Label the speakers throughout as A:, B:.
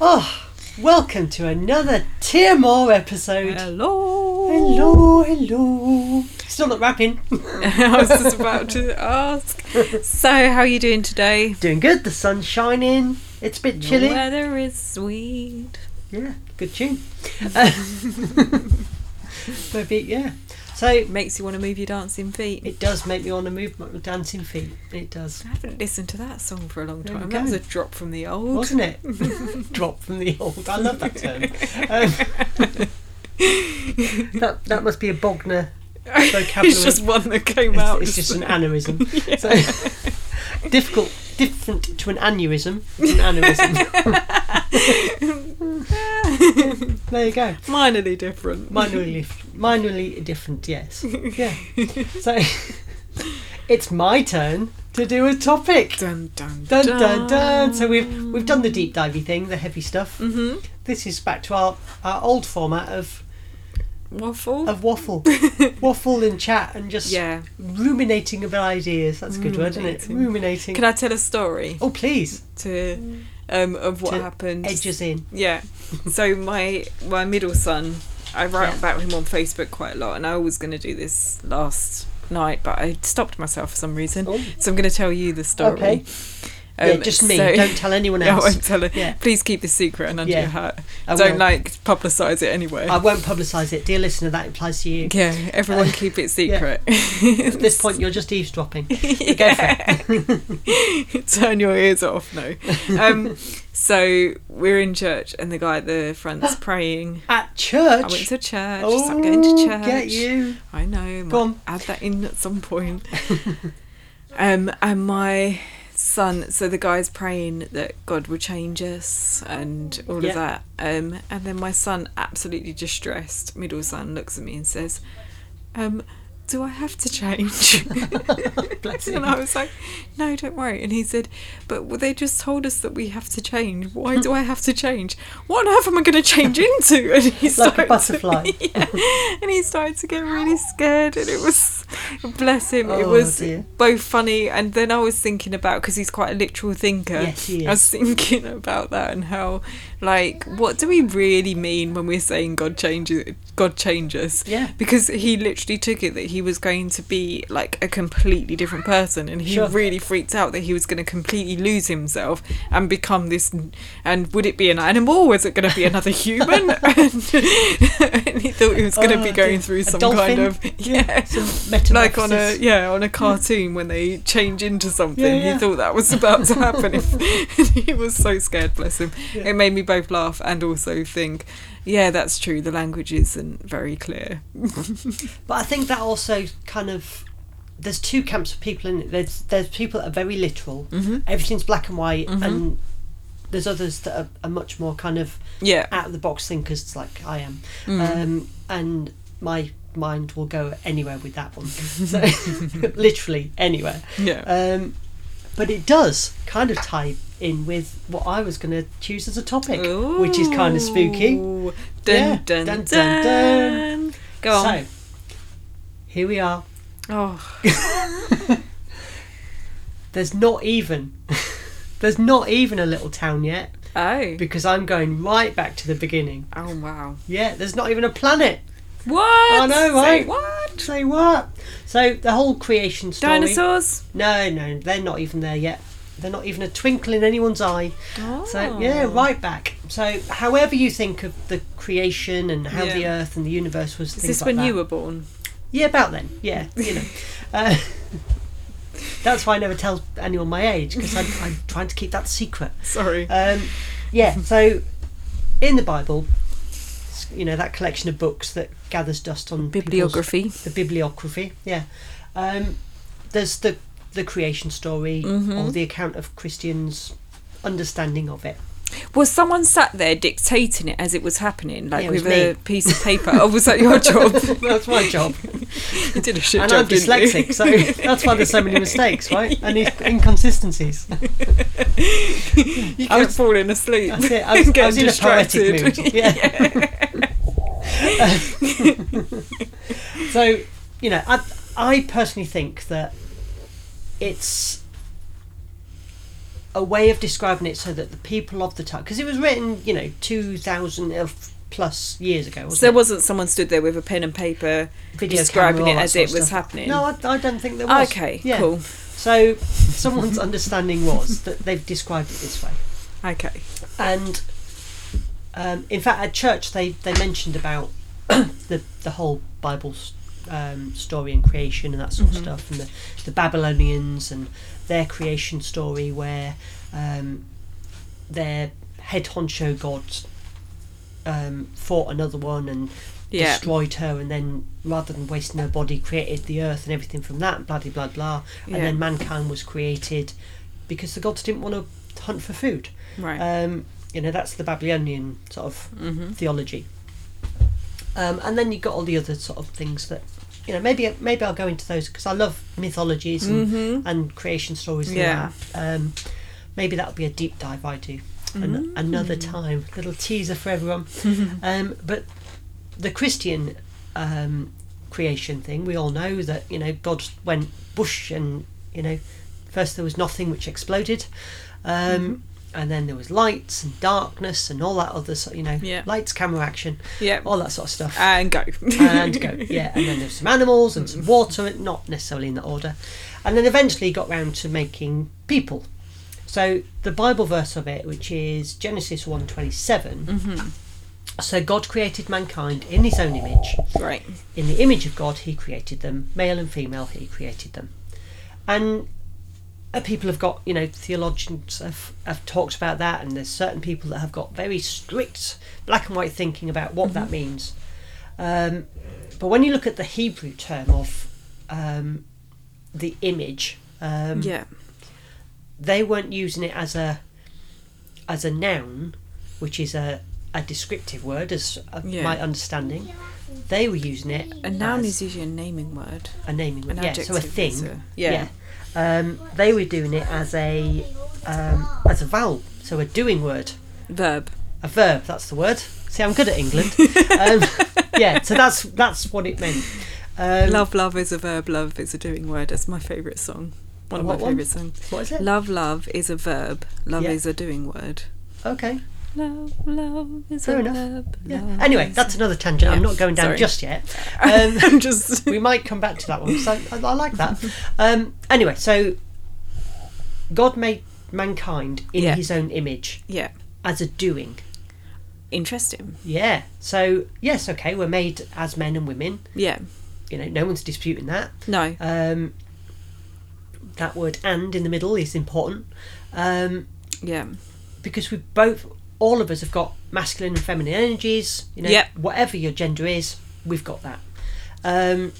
A: Oh, welcome to another Tier More episode.
B: Hello.
A: Hello, hello. Still not rapping.
B: I was just about to ask. So, how are you doing today?
A: Doing good. The sun's shining. It's a bit chilly.
B: The weather is sweet.
A: Yeah, good tune. Uh, Maybe yeah. So
B: It makes you want to move your dancing feet.
A: it does make me want to move my dancing feet. It does,
B: I haven't listened to that song for a long
A: There we
B: time. That was
A: go.
B: a drop from the old.
A: wasn't it? Drop from the old. I love that term. Um, that that must be a Bogner.
B: it's just one that came out.
A: E. It's, it's just an aneurysm. So difficult, different to an aneurysm. An aneurysm. there you go.
B: minorly different.
A: Minorly, minorly different. Yes. Yeah. So it's my turn to do a topic.
B: Dun dun
A: Dun dun dun. So we've we've done the deep divey thing, the heavy stuff.
B: hmm
A: This is back to our, our old format of
B: Waffle.
A: of waffle, waffle and chat and just
B: yeah.
A: ruminating about ideas. That's a good word, isn't it?
B: Ruminating.
A: Ruminating.
B: Can I tell a story
A: oh please,
B: to um, of what
A: Mm. To
B: happened?
A: edges in.
B: Yeah. So my my middle son, I write
A: Yeah.
B: about him on Facebook quite a lot, and I was going to do this last night, but I stopped myself for some reason.
A: Oh.
B: So I'm going to tell you the story.
A: Okay. yeah, just me.
B: Um, so-
A: Don't tell anyone
B: Yeah, I
A: else.
B: won't tell her.
A: Yeah.
B: Please keep this secret and under
A: Yeah.
B: your hat.
A: I
B: Don't
A: will.
B: like publicise it anyway.
A: I won't publicise it, dear listener. That implies to you.
B: yeah, everyone keep it secret.
A: At this point, you're just eavesdropping. Go for
B: Yeah.
A: it.
B: Turn your ears off, no. Um, so we're in church and the guy at the front's praying.
A: At church.
B: I went to church.
A: oh,
B: so I'm going to church.
A: get you.
B: I know.
A: Go
B: might
A: on.
B: Add that in at some point. um, and my son, so the guy's praying that God will change us and all
A: Yeah.
B: of that. Um, and then my son, absolutely distressed, middle son, looks at me and says, um, Do I have to change?
A: Bless him.
B: and I was like, No, don't worry. And he said, But well, they just told us that we have to change. Why do I have to change? What on earth am I going to change into? And he
A: Like
B: started
A: a butterfly.
B: yeah. and he started to get really scared and it was bless him it
A: Oh,
B: was
A: dear.
B: both funny and then i was thinking about because he's quite a literal thinker
A: Yes, he
B: i was thinking about that and how like what do we really mean when we're saying god changes god changes
A: Yeah.
B: because he literally took it that he was going to be like a completely different person and he
A: Sure.
B: really freaked out that he was going to completely lose himself and become this and would it be an animal was it going to be another human and, and he thought he was going to
A: Oh,
B: be going
A: dear.
B: through
A: A
B: some
A: dolphin?
B: kind of yeah
A: Some
B: like on a
A: metamorphosis.
B: yeah on a cartoon when they change into something
A: Yeah, yeah.
B: he thought that was about to happen if, he was so scared bless him
A: Yeah.
B: it made me both laugh and also think yeah that's true the language isn't very clear
A: But I think that also kind of there's two camps of people in it. There's there's people that are very literal.
B: Mhm.
A: Everything's black and white,
B: Mhm.
A: and there's others that are, are much more kind of
B: yeah
A: out of the box thinkers, like I am.
B: Mm.
A: Um, and my mind will go anywhere with that one. So literally anywhere.
B: yeah
A: Um, but it does kind of tie in with what I was going to choose as a topic, which is kind of spooky.
B: Ooh. dun,
A: Yeah.
B: dun,
A: Dun,
B: dun,
A: dun, dun.
B: go on
A: So here we are.
B: oh
A: There's not even there's not even a little town yet
B: oh
A: because I'm going right back to the beginning.
B: oh wow
A: Yeah, there's not even a planet.
B: what
A: I know,
B: Say
A: right?
B: what
A: Say what? So the whole creation story.
B: dinosaurs
A: No, no, they're not even there yet. They're not even a twinkle in anyone's eye.
B: oh.
A: So yeah, right back. So however you think of the creation and how the
B: Yeah.
A: Earth and the universe was.
B: is
A: things
B: this
A: like
B: when
A: that.
B: you were born
A: Yeah, about then. Yeah, you know. Uh, that's why I never tell anyone my age because I'm trying to keep that secret.
B: sorry
A: Um, yeah, so in the Bible, s- you know that collection of books that gathers dust on people's-
B: bibliography
A: the bibliography. Yeah, um, there's the the creation story or the account of Christians' understanding of it.
B: Was someone sat there dictating it as it was happening, like
A: Yeah, it was
B: with a piece of paper? oh, was that your job?
A: that's my job,
B: you did a shit
A: and
B: job,
A: I'm dyslexic, so that's why there's so many mistakes, right? And in- inconsistencies.
B: you? You
A: I
B: kept falling asleep.
A: That's it. I was,
B: Getting
A: I was in a poetic
B: distracted.
A: mood. Yeah. so, you know, I, I personally think that it's a way of describing it so that the people of the time, because it was written, you know, two thousand plus years ago. Wasn't
B: So there
A: it?
B: wasn't someone stood there with a pen and paper
A: Video
B: describing
A: camera, all
B: it
A: that
B: as
A: sort
B: it
A: of
B: was
A: stuff.
B: happening.
A: No, I, I don't think there was.
B: okay,
A: Yeah.
B: cool.
A: So someone's understanding was that they've described it this way,
B: Okay.
A: and um, in fact, at church they they mentioned about the the whole Bible s- um, story and creation and that sort
B: Mm-hmm.
A: of stuff, and the, the Babylonians and their creation story where um, their head honcho god um, fought another one and
B: Yeah.
A: destroyed her, and then rather than wasting her body, created the earth and everything from that, blah de blah blah, and
B: Yeah.
A: then mankind was created because the gods didn't want to hunt for food.
B: Right. Mm-hmm.
A: Um, you know, that's the Babylonian sort of theology. Um, and then you've got all the other sort of things that, you know, maybe maybe I'll go into those because I love mythologies
B: Mm-hmm.
A: and, and creation stories. like
B: Yeah.
A: that. Um, maybe that'll be a deep dive I do
B: Mm.
A: an, another time. Little teaser for everyone. um, but the Christian um, creation thing, we all know that, you know, God went bush and, you know, first there was nothing which exploded.
B: Mm-hmm.
A: Um, And then there was lights and darkness and all that other, sort- you know,
B: Yeah.
A: lights, camera, action,
B: yeah.
A: all that sort of stuff.
B: and go.
A: Oh. and go, yeah. And then there's some animals and some water, not necessarily in that order. And then eventually got round to making people. So the Bible verse of it, which is Genesis one twenty seven. So God created mankind in His own image.
B: Right.
A: In the image of God, He created them, male and female. He created them, and uh, people have got you know theologians have, have talked about that, and there's certain people that have got very strict black and white thinking about what
B: Mm-hmm.
A: that means. Um, but when you look at the Hebrew term of um, the image, um,
B: Yeah.
A: they weren't using it as a as a noun, which is a, a descriptive word, as uh,
B: Yeah.
A: my understanding. They were using it.
B: A noun
A: as
B: is usually a naming word.
A: a naming word.
B: an
A: Yeah, so a
B: adjective
A: thing.
B: is a- yeah.
A: yeah. Um, they were doing it as a um, as a vowel, so a doing word,
B: Verb.
A: a verb. That's the word. See, I'm good at England. um, yeah, so that's that's what it meant. Um,
B: Love, love is a verb. Love is a doing word. That's my favourite song. One of
A: What
B: my
A: one?
B: favourite songs.
A: What is it?
B: Love, love is a verb. Love
A: Yeah.
B: is a doing word.
A: Okay.
B: Love, love is
A: Fair
B: a
A: enough.
B: verb.
A: Yeah.
B: Love
A: Anyway,
B: is-
A: that's another tangent. I'm
B: Yeah,
A: not going down
B: sorry.
A: just yet. Um,
B: I'm just.
A: we might come back to that one. So I, I like that. Um, anyway, so God made mankind in
B: Yeah.
A: His own image
B: Yeah.
A: as a doing.
B: Interesting.
A: Yeah. So yes, okay, we're made as men and women.
B: Yeah.
A: You know, no one's disputing that.
B: No.
A: Um, that word "and" in the middle is important um,
B: Yeah.
A: because we both, all of us, have got masculine and feminine energies. You know,
B: Yep.
A: whatever your gender is, we've got that. Um,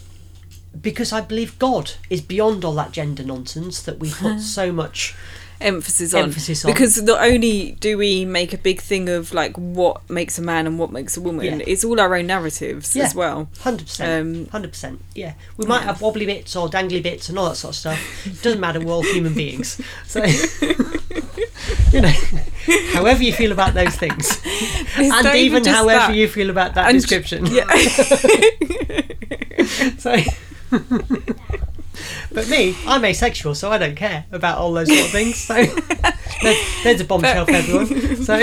A: because I believe God is beyond all that gender nonsense that we put so much.
B: emphasis on.
A: Emphasis on.
B: Because not only do we make a big thing of like what makes a man and what makes a woman,
A: Yeah.
B: it's all our own narratives
A: Yeah.
B: as well.
A: Hundred
B: Um,
A: percent, hundred percent. Yeah, we might have wobbly bits or dangly bits and all that sort of stuff. It doesn't matter. We're all human beings, so you know, however you feel about those things,
B: It's
A: and
B: not
A: even
B: just
A: however
B: that.
A: you feel about that
B: And-
A: description.
B: Yeah.
A: So, but me, I'm asexual, so I don't care about all those sort of things. So there's, there's a bombshell for everyone. So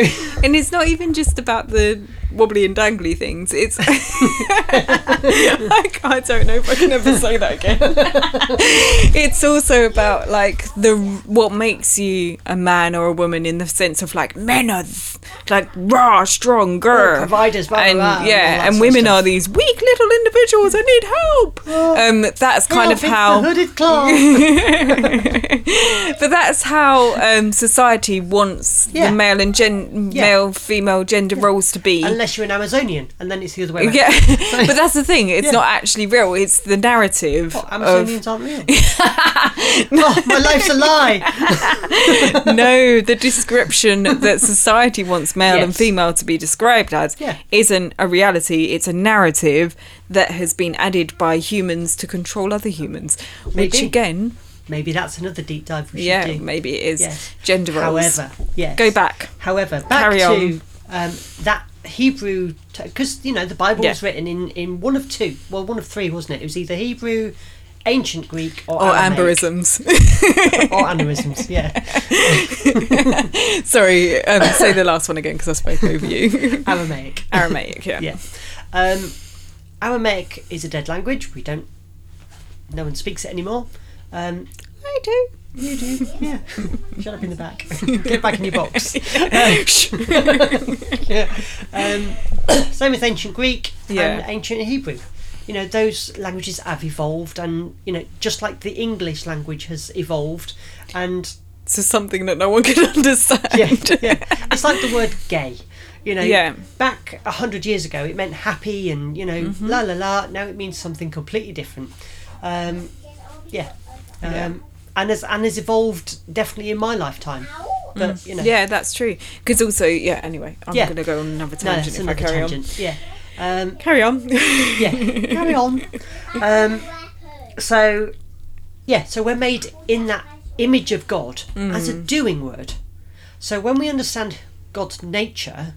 B: and it's not even just about the wobbly and dangly things. It's like I don't know if I can ever say that again. it's also about like the what makes you a man or a woman in the sense of like men are th- like raw, strong girl
A: providers, blah, blah,
B: and
A: blah, and all that
B: yeah, and
A: sort of
B: women
A: stuff.
B: are these weak little individuals. I need help. Um, that's kind of
A: Help, it's
B: how
A: the hooded claw.
B: but that's how um, society wants
A: Yeah.
B: the male and gen-
A: Yeah.
B: male female gender roles to be.
A: Unless you're an Amazonian, and then it's the other way. Around.
B: yeah, but that's the thing. It's
A: Yeah.
B: not actually real. It's the narrative
A: What,
B: of
A: Amazonians aren't real. oh, my life's a lie.
B: no. The description that society wants male and
A: Yes.
B: female to be described as
A: Yeah.
B: isn't a reality. It's a narrative that has been added by humans to control other humans. Which
A: Maybe.
B: again,
A: Maybe that's another deep dive we should
B: yeah,
A: do.
B: maybe it is
A: Yes.
B: gender roles.
A: However, yes.
B: go back.
A: However, back
B: Carry
A: to um, that Hebrew, because you know the Bible
B: Yeah.
A: was written in in one of two, well, one of three, wasn't it? It was either Hebrew, ancient Greek or,
B: Or
A: Aramaic.
B: Oh, amberisms.
A: or aneurysms. Yeah,
B: Sorry, um, say the last one again because I spoke over you.
A: Aramaic.
B: Aramaic, yeah.
A: Yeah. Um, Aramaic is a dead language. We don't. No one speaks it anymore. Um,
B: I do.
A: you do. Yeah. Shut up in the back. Get back in your box.
B: Shh.
A: yeah. Um, same with ancient Greek
B: Yeah.
A: and ancient Hebrew. You know, those languages have evolved, and you know, just like the English language has evolved, and
B: So something that no one can understand.
A: yeah, yeah. It's like the word gay. You know,
B: Yeah.
A: back a hundred years ago, it meant happy and you know,
B: Mm-hmm.
A: la la la. Now it means something completely different. Um, yeah. Um,
B: Yeah.
A: And has and has evolved definitely in my lifetime. But you know,
B: Mm. Yeah, that's true. Because also, yeah. Anyway, I'm
A: Yeah.
B: going to go on another
A: no,
B: tangent
A: that's
B: if I
A: another
B: carry
A: tangent. Yeah. Um,
B: on. Carry on.
A: yeah. carry on. Um, so, yeah. So we're made in that image of God as a doing word. So when we understand God's nature,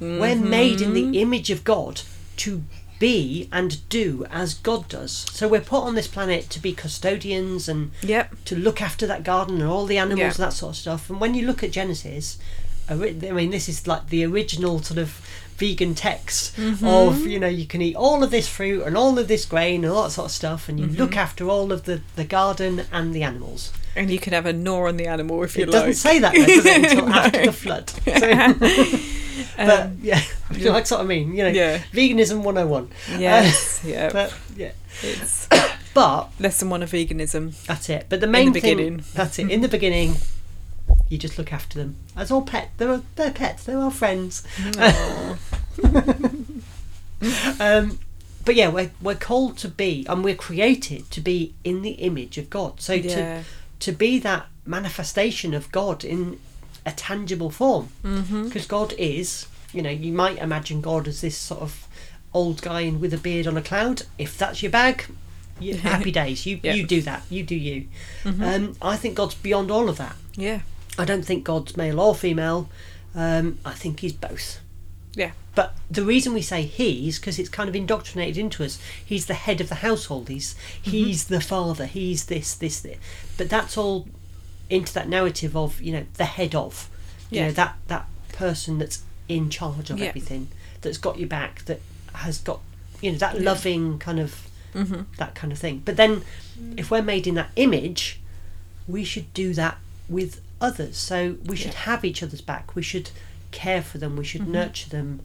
A: We're made in the image of God to be and do as God does. So we're put on this planet to be custodians and
B: Yep.
A: to look after that garden and all the animals
B: Yeah.
A: and that sort of stuff. And when you look at Genesis, ori- I mean, this is like the original sort of vegan text
B: Mm-hmm.
A: of you know you can eat all of this fruit and all of this grain and all that sort of stuff, and you
B: Mm-hmm.
A: look after all of the the garden and the animals.
B: And you can have a gnaw on the animal if you
A: It
B: like.
A: doesn't say that though, does it, until after the flood. So, but yeah, you know, that's what I mean. You know,
B: Uh-huh. Um, Yeah.
A: veganism 101.
B: Yes. yeah.
A: Uh, But yeah,
B: it's
A: but
B: lesson one of veganism.
A: that's it. But the main
B: the
A: thing,
B: beginning.
A: that's it. In the beginning, you just look after them as all pet. They're they're pets. They're our friends. um, but yeah, we're we're called to be, and we're created to be in the image of God. So
B: Yeah.
A: to to be that manifestation of God in a tangible form, because
B: Mm-hmm.
A: God is, you know, you might imagine God as this sort of old guy in with a beard on a cloud. If that's your bag, you, happy days. You
B: Yeah. Mm-hmm.
A: you do that. You do you. Um, I think God's beyond all of that.
B: Yeah.
A: I don't think God's male or female. Um, I think He's both.
B: Yeah.
A: But the reason we say he's because it's kind of indoctrinated into us. He's the head of the household. He's
B: Mm-hmm.
A: he's the father. He's this this this. But that's all into that narrative of you know the head of, you
B: Yeah.
A: know that that person that's in charge of
B: Yeah.
A: everything, that's got your back, that has got you know that loving kind of
B: Mm-hmm.
A: that kind of thing. But then if we're made in that image, we should do that with others. So we should have each other's back. We should care for them. We should nurture them,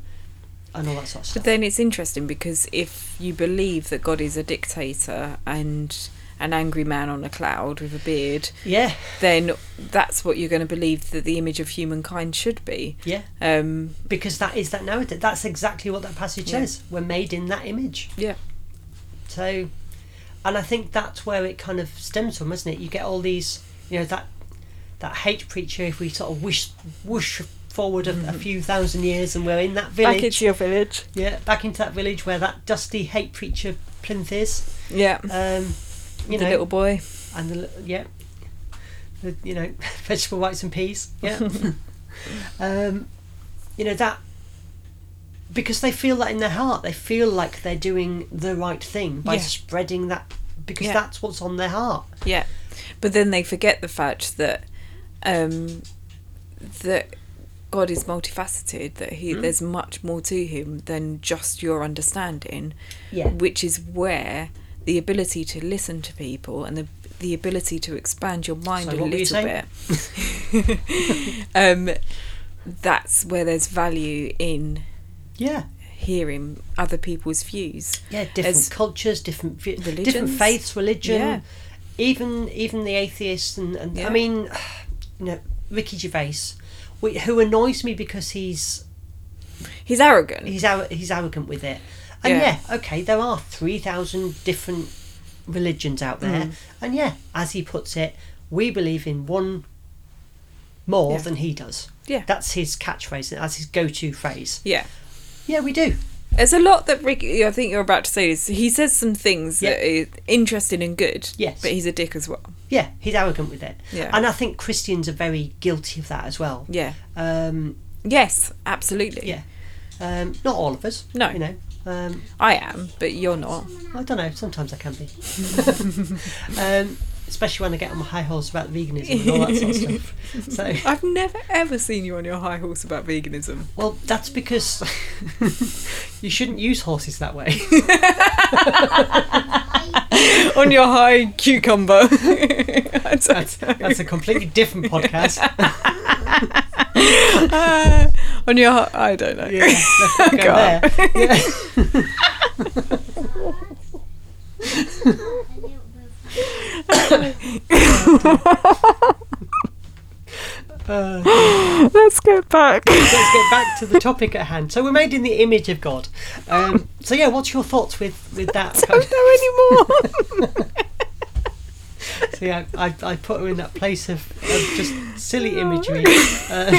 A: and all that sort of
B: Mm-hmm. But
A: stuff.
B: then it's interesting because if you believe that God is a dictator and an angry man on a cloud with a beard,
A: yeah,
B: then that's what you're going to believe that the image of humankind should be.
A: yeah,
B: Um,
A: because that is that narrative. That's exactly what that passage
B: Yeah.
A: says. We're made in that image.
B: yeah.
A: So, and I think that's where it kind of stems from, isn't it? You get all these, you know, that that hate preacher. If we sort of wish whoosh forward a,
B: Mm-hmm.
A: a few thousand years, and we're in that village,
B: your village.
A: yeah, back into that village where that dusty hate preacher plinth is.
B: Yeah.
A: Um, you
B: the
A: know,
B: little boy.
A: and the li- yeah, the, you know, vegetable whites and peas. Yeah, um, you know that because they feel that in their heart, they feel like they're doing the right thing by
B: Yeah.
A: spreading that because
B: Yeah.
A: that's what's on their heart.
B: Yeah, but then they forget the fact that um, that God is multifaceted. That he there's much more to him than just your understanding.
A: Yeah.
B: which is where the ability to listen to people and the the ability to expand your mind
A: So
B: a
A: what were you
B: little bit. um, that's where there's value in
A: Yeah,
B: hearing other people's views.
A: yeah, different
B: As-
A: cultures, different vi- different
B: Religions.
A: faiths, religion,
B: Yeah.
A: even even the atheists, and, and
B: Yeah.
A: I mean, you know, Ricky Gervais, wh- who annoys me because he's
B: He's arrogant.
A: he's ar- he's arrogant with it. And
B: Yeah.
A: yeah, okay, there are three thousand different religions out there,
B: Mm.
A: and yeah, as he puts it, we believe in one more
B: Yeah.
A: than he does.
B: Yeah.
A: that's his catchphrase. That's his go-to phrase.
B: yeah.
A: Yeah, we do.
B: There's a lot that Rick. I think you're about to say this. He says some things
A: Yeah.
B: that are interesting and good.
A: Yes.
B: but he's a dick as well.
A: Yeah, he's arrogant with it.
B: Yeah.
A: and I think Christians are very guilty of that as well.
B: Yeah.
A: Um,
B: Yes, absolutely.
A: Yeah. um, not all of us.
B: No.
A: you know, Um,
B: I am, but you're not.
A: I don't know. Sometimes I can be, um, especially when I get on my high horse about veganism and all that sort of stuff. So,
B: I've never ever seen you on your high horse about veganism.
A: well, that's because you shouldn't use horses that way.
B: on your high cucumber. I don't
A: That's
B: know.
A: that's a completely different podcast.
B: Ah, on your hi- I don't know.
A: Yeah, let's not go
B: God.
A: there. Yeah. Uh,
B: Let's get back.
A: let's get back to the topic at hand. So we're made in the image of God. Um, so yeah, what's your thoughts with with that?
B: don't know anymore.
A: So yeah, I, I put her in that place of, of just silly imagery, uh,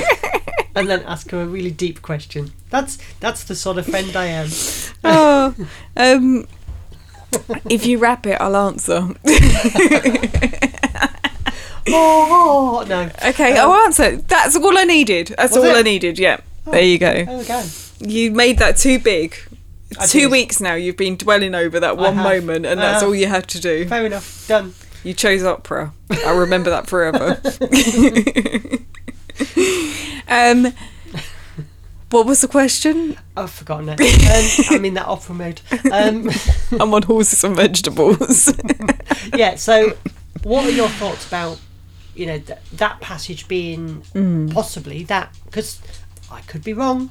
A: and then ask her a really deep question. That's that's the sort of friend I am.
B: oh, um, if you wrap it, I'll answer.
A: Oh, oh, no,
B: Okay, I'll answer. That's all I needed. That's
A: Was
B: all I
A: it? Oh.
B: needed. Yeah. There you go.
A: there we go.
B: You made that too big.
A: I
B: Two
A: did.
B: weeks now you've been dwelling over that
A: I
B: one
A: have. Uh.
B: moment, and
A: I
B: that's
A: have.
B: all you had to do.
A: Fair enough. Done.
B: You chose opera. I remember that forever. um, what was the question?
A: I've forgotten it. Um, I'm in that opera mode. Um,
B: I'm on horses and vegetables.
A: yeah. So, what are your thoughts about you know th- that passage being
B: Mm.
A: possibly that? Because I could be wrong.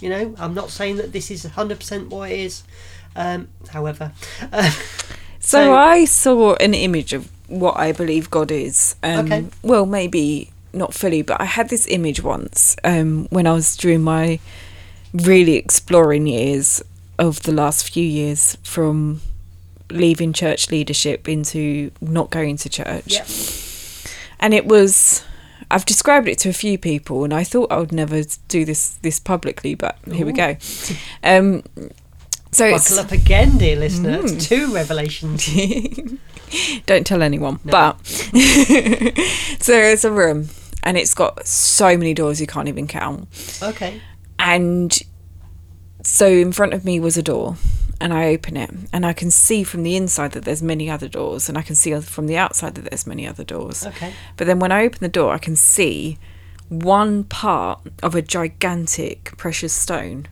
A: You know, I'm not saying that this is 100% what it is. Um, however, uh,
B: So,
A: So-
B: I saw an image of what I believe God is. Um,
A: Okay.
B: Well, maybe not fully, but I had this image once um, when I was during my really exploring years of the last few years from leaving church leadership into not going to church.
A: Yep.
B: And it was. I've described it to a few people, and I thought I would never do this this publicly, but here we go. Um, so it's Mm.
A: buckle up again, dear listener. It's two revelations.
B: Don't tell anyone. But so it's a room and it's got so many doors you can't even count.
A: Okay.
B: And so in front of me was a door and I open it and I can see from the inside that there's many other doors and I can see from the outside that there's many other doors.
A: Okay.
B: But then when I open the door I can see one part of a gigantic precious stone.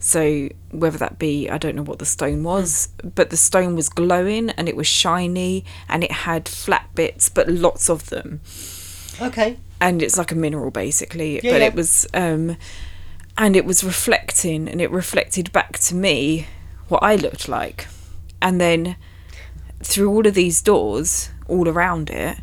B: So whether that be I don't know what the stone was, but the stone was glowing and it was shiny and it had flat bits but lots of them
A: Okay.
B: and it's like a mineral basically
A: Yeah,
B: but
A: yeah.
B: it was um and it was reflecting and it reflected back to me what i looked like and then through all of these doors all around it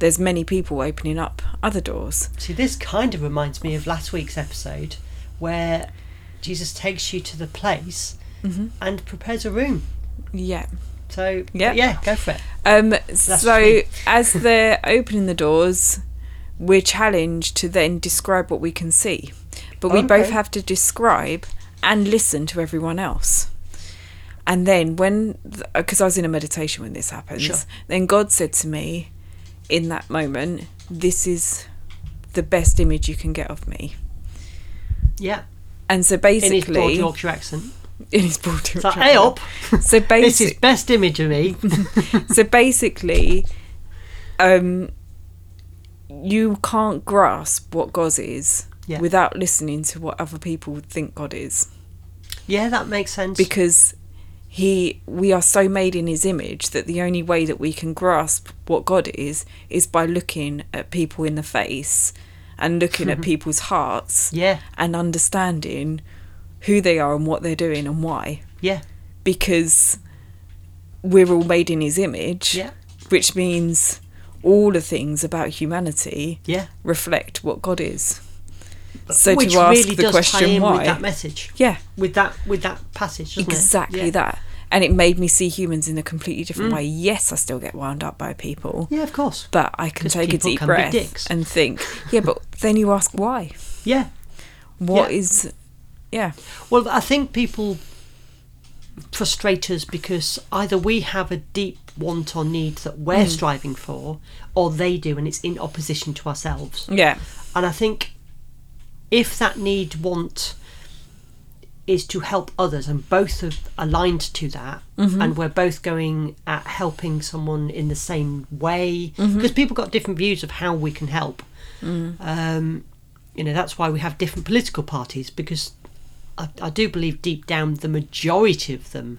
B: there's many people opening up other doors
A: See, this kind of reminds me of last week's episode where Jesus takes you to the place
B: Mm-hmm.
A: and prepares a room.
B: yeah
A: So,
B: Yeah.
A: yeah, go for it.
B: Um, so
A: me.
B: as they're opening the doors, we're challenged to then describe what we can see, but we both
A: Okay.
B: have to describe and listen to everyone else. And then when, because I was in a meditation when this happens,
A: Sure.
B: then God said to me, in that moment, this is the best image you can get of me.
A: Yeah.
B: And so
A: In his broad
B: basically,
A: Yorkshire accent.
B: in his broad
A: It's like,
B: Yorkshire-
A: hey up,
B: So
A: this
B: basically,
A: is best image of me.
B: so basically um you can't grasp what god is
A: Yeah.
B: without listening to what other people would think god is
A: yeah, that makes sense.
B: because he we are so made in his image that the only way that we can grasp what god is is by looking at people in the face and looking at people's hearts
A: Mm-hmm. yeah,
B: and understanding who they are and what they're doing and why
A: yeah,
B: because we're all made in his image,
A: Yeah.
B: which means all the things about humanity
A: yeah.
B: reflect what God is. So
A: Which
B: to ask
A: really
B: the
A: does tie
B: question
A: in with
B: why,
A: that message,
B: yeah,
A: with that with that passage, doesn't
B: exactly
A: it? Yeah. Mm.
B: that. And it made me see humans in a completely different way. Yes, I still get wound up by people,
A: Yeah, of course.
B: but I can
A: 'Cause
B: take a
A: people
B: deep
A: can be
B: breath
A: dicks.
B: and think, yeah, but then you ask why?
A: Yeah.
B: What
A: Yeah.
B: is, yeah,
A: Well, I think people frustrate us because either we have a deep want or need that we're
B: Hmm.
A: striving for, or they do, and it's in opposition to ourselves.
B: yeah,
A: And I think if that need, want is to help others, and both are aligned to that. And we're both going at helping someone in the same way because people got different views of how we can help. Um, you know, that's why we have different political parties because I, I do believe deep down the majority of them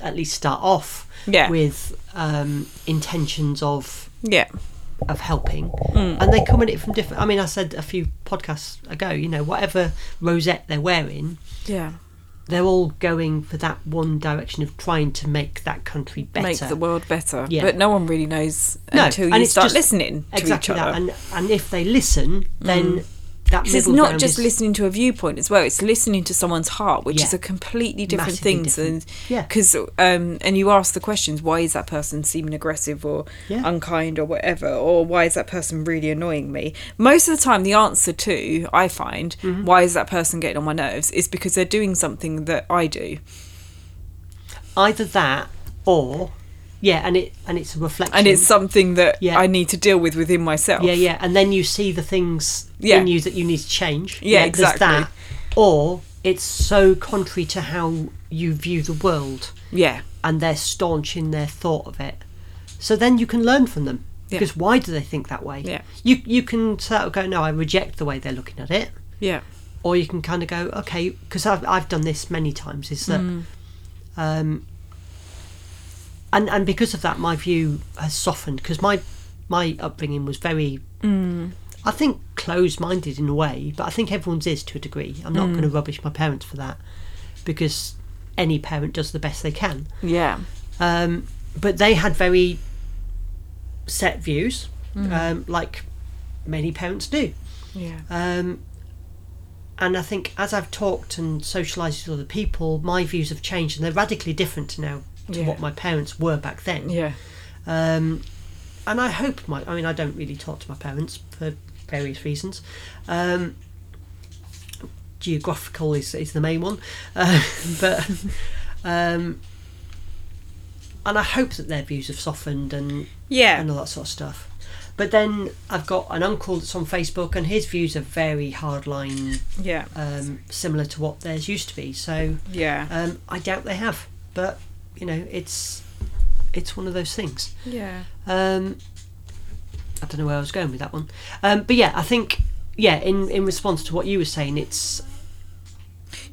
A: at least start off
B: Yeah.
A: with um, intentions of
B: Yeah.
A: of helping
B: Mm.
A: and they come at it from different i mean i said a few podcasts ago you know whatever rosette they're wearing
B: Yeah.
A: they're all going for that one direction of trying to make that country better
B: Make the world better.
A: Yeah.
B: But no one really knows
A: No,
B: until
A: and
B: you
A: it's
B: start
A: just-
B: listening to
A: exactly
B: each
A: that
B: other.
A: and and if they listen then that
B: Because it's
A: middle
B: not
A: ground
B: just
A: is-
B: listening to a viewpoint as well. It's listening to someone's heart, which
A: Yeah.
B: is a completely different
A: Massively
B: thing.
A: different. Yeah.
B: Because um, and you ask the questions: Why is that person seeming aggressive or
A: Yeah.
B: unkind or whatever? Or why is that person really annoying me? Most of the time, the answer to I find
A: Mm-hmm.
B: why is that person getting on my nerves is because they're doing something that I do,
A: either that or yeah and it and it's a reflection
B: and it's something that
A: Yeah.
B: I need to deal with within myself.
A: Yeah, yeah. And then you see the things
B: Yeah.
A: in you that you need to change.
B: Yeah,
A: there's
B: exactly.
A: That. Or it's so contrary to how you view the world
B: Yeah.
A: and they're staunch in their thought of it. So then you can learn from them.
B: Yeah.
A: Because why do they think that way?
B: Yeah.
A: You you can sort of go, no, I reject the way they're looking at it.
B: Yeah.
A: Or you can kind of go, okay, because I've, I've done this many times, is that.
B: Mm.
A: Um, and, and because of that, my view has softened because my my upbringing was very
B: Mm.
A: I think closed minded in a way, but I think everyone's is to a degree. I'm not
B: Mm.
A: going to rubbish my parents for that because any parent does the best they can.
B: Yeah.
A: Um, but they had very set views, um, like many parents do.
B: Yeah.
A: Um, and I think as I've talked and socialised with other people, my views have changed and they're radically different now to
B: Yeah.
A: what my parents were back then.
B: Yeah.
A: Um, and I hope my, I mean, I don't really talk to my parents for various reasons. Um, geographical is, is the main one. Uh, but, um, and I hope that their views have softened and,
B: Yeah.
A: and all that sort of stuff. But then I've got an uncle that's on Facebook, and his views are very hardline,
B: Yeah.
A: um, similar to what theirs used to be. So
B: Yeah.
A: um, I doubt they have, but you know, it's it's one of those things.
B: Yeah.
A: Um, I don't know where I was going with that one, um, but yeah, I think yeah. In in response to what you were saying, it's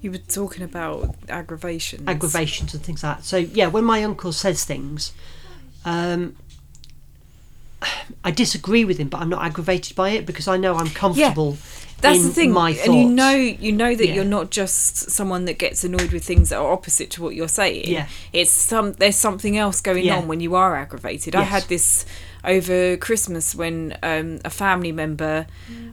B: You were talking about aggravations.
A: aggravations and things like that. So yeah, when my uncle says things, um, I disagree with him, but I'm not aggravated by it because I know I'm comfortable.
B: That's
A: in
B: the thing,
A: My
B: and you
A: thoughts.
B: know, you know that
A: Yeah.
B: you're not just someone that gets annoyed with things that are opposite to what you're saying.
A: Yeah.
B: it's some there's something else going
A: Yeah.
B: on when you are aggravated. I
A: Yes.
B: had this over Christmas when um, a family member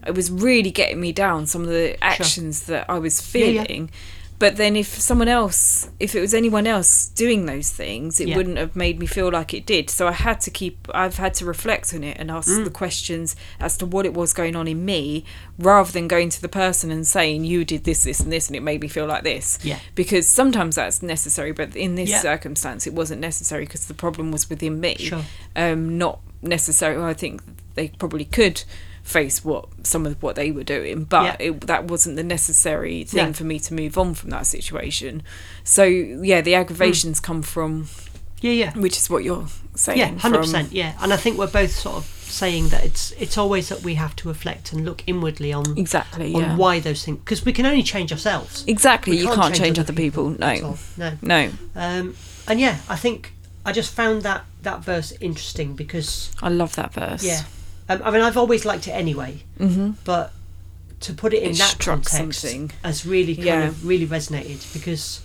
B: it was really getting me down. Some of the actions that I was
A: Yeah, yeah.
B: feeling. But then, if someone else, if it was anyone else doing those things, it
A: Yeah.
B: wouldn't have made me feel like it did. So I had to keep, I've had to reflect on it and ask
A: Mm.
B: the questions as to what it was going on in me rather than going to the person and saying, you did this, this, and this, and it made me feel like this.
A: Yeah.
B: Because sometimes that's necessary, but in this
A: Yeah.
B: circumstance, it wasn't necessary because the problem was within me.
A: Sure.
B: Um, not necessarily, I think they probably could face what some of what they were doing but
A: Yeah.
B: it, that wasn't the necessary thing
A: No.
B: for me to move on from that situation. So yeah, the aggravations come from
A: yeah, yeah.
B: which is what you're saying.
A: Hmm. Yeah, hundred
B: from-
A: percent. Yeah, and I think we're both sort of saying that it's it's always that we have to reflect and look inwardly on
B: Exactly.
A: on
B: Yeah.
A: why those things because we can only change ourselves.
B: Exactly.
A: We
B: you can't change, other people.
A: at
B: No.
A: all. no.
B: No.
A: Um, and yeah, I think I just found that that verse interesting because
B: I love that verse.
A: yeah, um, I mean I've always liked it anyway, mm-hmm. but to put it in
B: It
A: that
B: struck
A: context
B: something.
A: has really kind
B: Yeah.
A: of really resonated because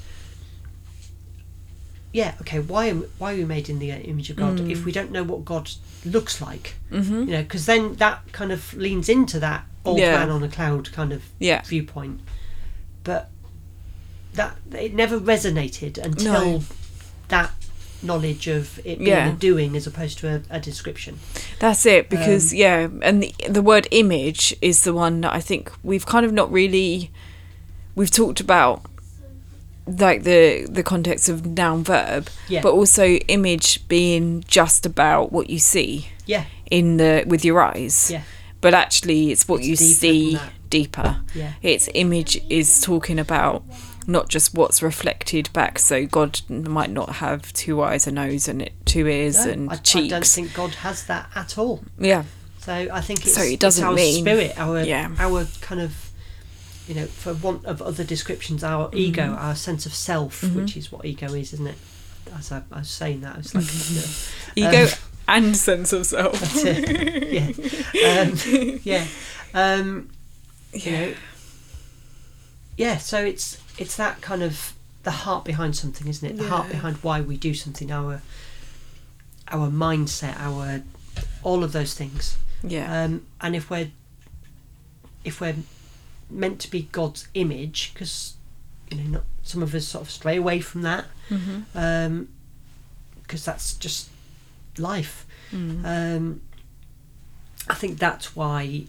A: yeah, okay, why am- why are we made in the image of God
B: Mm.
A: if we don't know what God looks like? Mm-hmm. You know, because then that kind of leans into that old
B: Yeah.
A: man on a cloud kind of
B: Yeah.
A: viewpoint, but that it never resonated until
B: No.
A: that knowledge of it being
B: Yeah.
A: a doing as opposed to a, a description.
B: That's it.
A: Um,
B: Because yeah, and the, the word image is the one that I think we've kind of not really we've talked about like the the context of noun verb
A: Yeah.
B: but also image being just about what you see
A: Yeah,
B: in the with your eyes.
A: Yeah.
B: But actually, it's what
A: It's
B: you
A: deeper
B: see
A: than that.
B: deeper.
A: Yeah.
B: Its image is talking about not just what's reflected back. So God might not have two eyes, a nose, and it, two ears,
A: No,
B: and
A: I, I
B: cheeks.
A: don't think God has that at all.
B: yeah,
A: So I think it's,
B: So it doesn't
A: it's our
B: mean-
A: spirit, our
B: yeah.
A: our kind of you know, for want of other descriptions, our
B: Mm-hmm.
A: ego, our sense of self, which is what ego is, isn't it? As I, I was saying that, I was like,
B: ego
A: Um,
B: and sense of self.
A: that's it. yeah, um, yeah, um, you know, yeah. So it's it's that kind of the heart behind something, isn't it? The heart
B: Yeah.
A: behind why we do something, our our mindset, our all of those things.
B: Yeah,
A: Um, and if we're if we're meant to be God's image, because you know, not, some of us sort of stray away from that,
B: Mm-hmm.
A: because that's just life.
B: Mm-hmm.
A: Um, I think that's why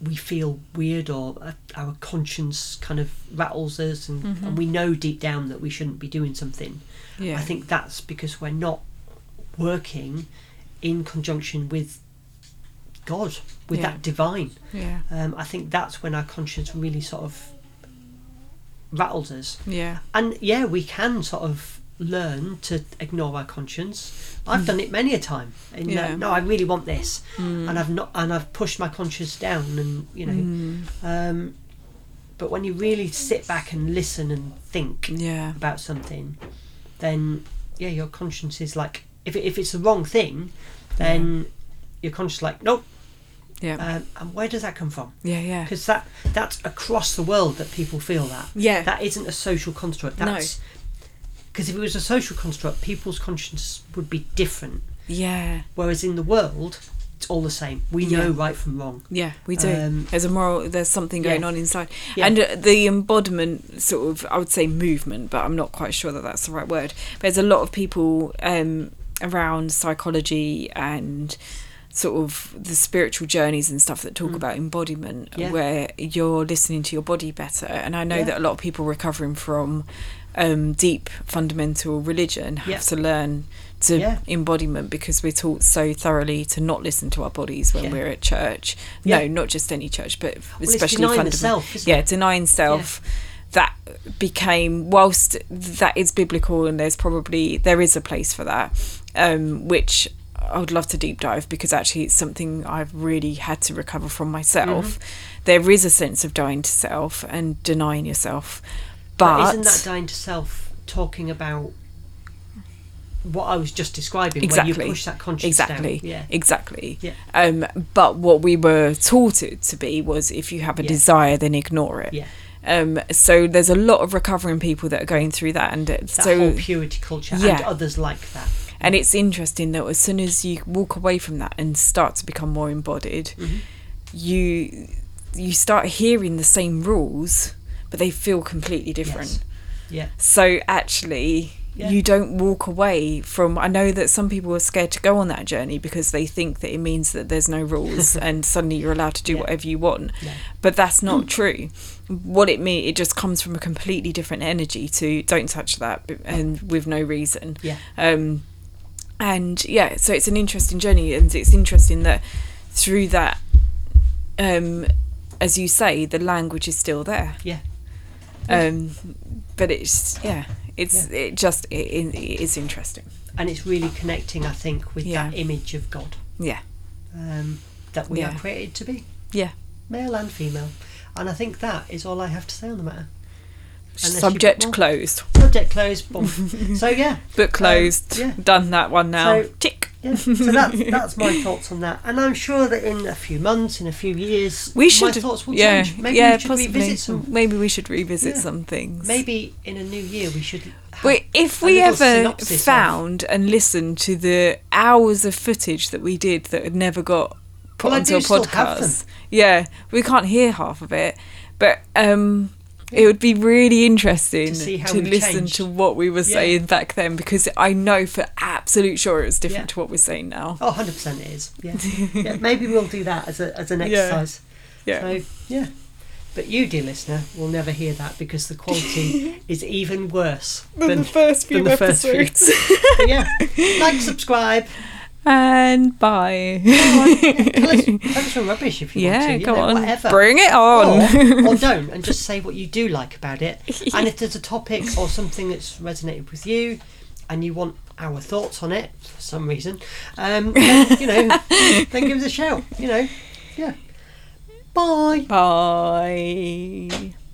A: we feel weird or uh, our conscience kind of rattles us, and, and we know deep down that we shouldn't be doing something.
B: Mm-hmm. yeah,
A: I think that's because we're not working in conjunction with God, with
B: Yeah.
A: that divine.
B: yeah,
A: Um, I think that's when our conscience really sort of rattles us.
B: yeah,
A: And yeah, we can sort of learn to ignore our conscience. I've done it many a time. And
B: Mm.
A: uh,
B: Yeah. Mm.
A: no, I really want this, and I've not, and I've pushed my conscience down, and you know.
B: Mm.
A: Um, but when you really sit back and listen and think,
B: yeah,
A: about something, then yeah, your conscience is like if it, if it's the wrong thing, then your conscience is like nope.
B: yeah,
A: Um, and where does that come from?
B: yeah, yeah.
A: Because that that's across the world that people feel that.
B: Yeah.
A: That isn't a social construct.
B: No.
A: That's because if it was a social construct, people's conscience would be different.
B: Yeah,
A: Whereas in the world, it's all the same. We know
B: Yeah.
A: right from wrong.
B: yeah, we do.
A: Um,
B: there's a moral, there's something going
A: yeah.
B: on inside.
A: Yeah.
B: And uh, the embodiment, sort of, I would say movement, but I'm not quite sure that that's the right word. But there's a lot of people um, around psychology and sort of the spiritual journeys and stuff that talk about embodiment,
A: Mm. Yeah.
B: where you're listening to your body better. And I know
A: Yeah.
B: that a lot of people recovering from um, deep fundamental religion have
A: Yeah.
B: to learn to
A: Yeah.
B: embodiment because we're taught so thoroughly to not listen to our bodies when
A: Yeah.
B: we're at church. No,
A: Yeah.
B: not just any church, but
A: it's
B: especially
A: denying
B: fundament-
A: the self, isn't
B: yeah, denying self. That became whilst that is biblical, and there's probably there is a place for that, um, which I would love to deep dive because actually it's something I've really had to recover from myself.
A: Mm-hmm.
B: There is a sense of dying to self and denying yourself, but,
A: isn't that dying to self talking about what I was just describing, where
B: Exactly.
A: you push that conscience
B: exactly
A: down? Yeah.
B: exactly
A: Yeah.
B: um but what we were taught it to be was if you have a
A: Yeah.
B: desire then ignore it
A: Yeah.
B: um so there's a lot of recovering people that are going through that and it-
A: that
B: so
A: whole purity culture and
B: Yeah.
A: others like that.
B: and it's interesting that as soon as you walk away from that and start to become more embodied
A: Mm-hmm.
B: you you start hearing the same rules but they feel completely different
A: Yes. Yeah.
B: so actually,
A: Yeah.
B: you don't walk away from. I know that some people are scared to go on that journey because they think that it means that there's no rules and suddenly you're allowed to do
A: Yeah. Mm.
B: whatever you want.
A: Yeah.
B: But that's not true. What it means, it just comes from a completely different energy to don't touch that b- and with no reason.
A: Yeah.
B: Um, and yeah, so it's an interesting journey, and it's interesting that through that, um, as you say, the language is still there
A: Yeah.
B: um but it's yeah it's it just it, it, it is interesting
A: And it's really connecting, I think, with
B: Yeah.
A: that image of God
B: yeah
A: um, that we
B: Yeah.
A: are created to be,
B: yeah
A: male and female. And I think that is all I have to say on the matter. Unless you've got
B: subject
A: more.
B: closed
A: Subject closed. Boom. so yeah,
B: book closed
A: yeah.
B: done that one now
A: So-
B: tick
A: yeah. So that's that's my thoughts on that. And I'm sure that in a few months, in a few years,
B: we should
A: my thoughts will
B: yeah
A: change. Maybe
B: yeah
A: we should
B: possibly Mm.
A: revisit some.
B: maybe we should revisit
A: Yeah.
B: some things
A: Maybe in a new year we should. Have
B: Wait, if
A: a
B: we
A: little
B: ever
A: synopsis of-
B: found and listened to the hours of footage that we did that had never got put
A: Well, I
B: onto
A: do
B: a
A: still
B: podcast,
A: have them.
B: yeah, we can't hear half of it, but um, it would be really interesting
A: To see how we've
B: listen
A: changed.
B: to what we were
A: Yeah.
B: saying back then because I know for absolute sure it was different
A: Yeah.
B: to what we're saying now.
A: Oh, 100% it is. Yeah. yeah. Maybe we'll do that as, a, as an
B: Yeah.
A: exercise.
B: Yeah,
A: So, yeah. But you, dear listener, will never hear that because the quality is even worse.
B: than the first few
A: than the first few.
B: episodes.
A: but yeah. Like, subscribe,
B: and bye.
A: Tell us, tell us your rubbish if you want
B: yeah,
A: to. you
B: come
A: know,
B: on,
A: Whatever.
B: bring it on.
A: or, or don't, and just say what you do like about it. And if there's a topic or something that's resonated with you, and you want our thoughts on it for some reason, um, then, you know, then give us a shout. You know, yeah. Bye.
B: bye.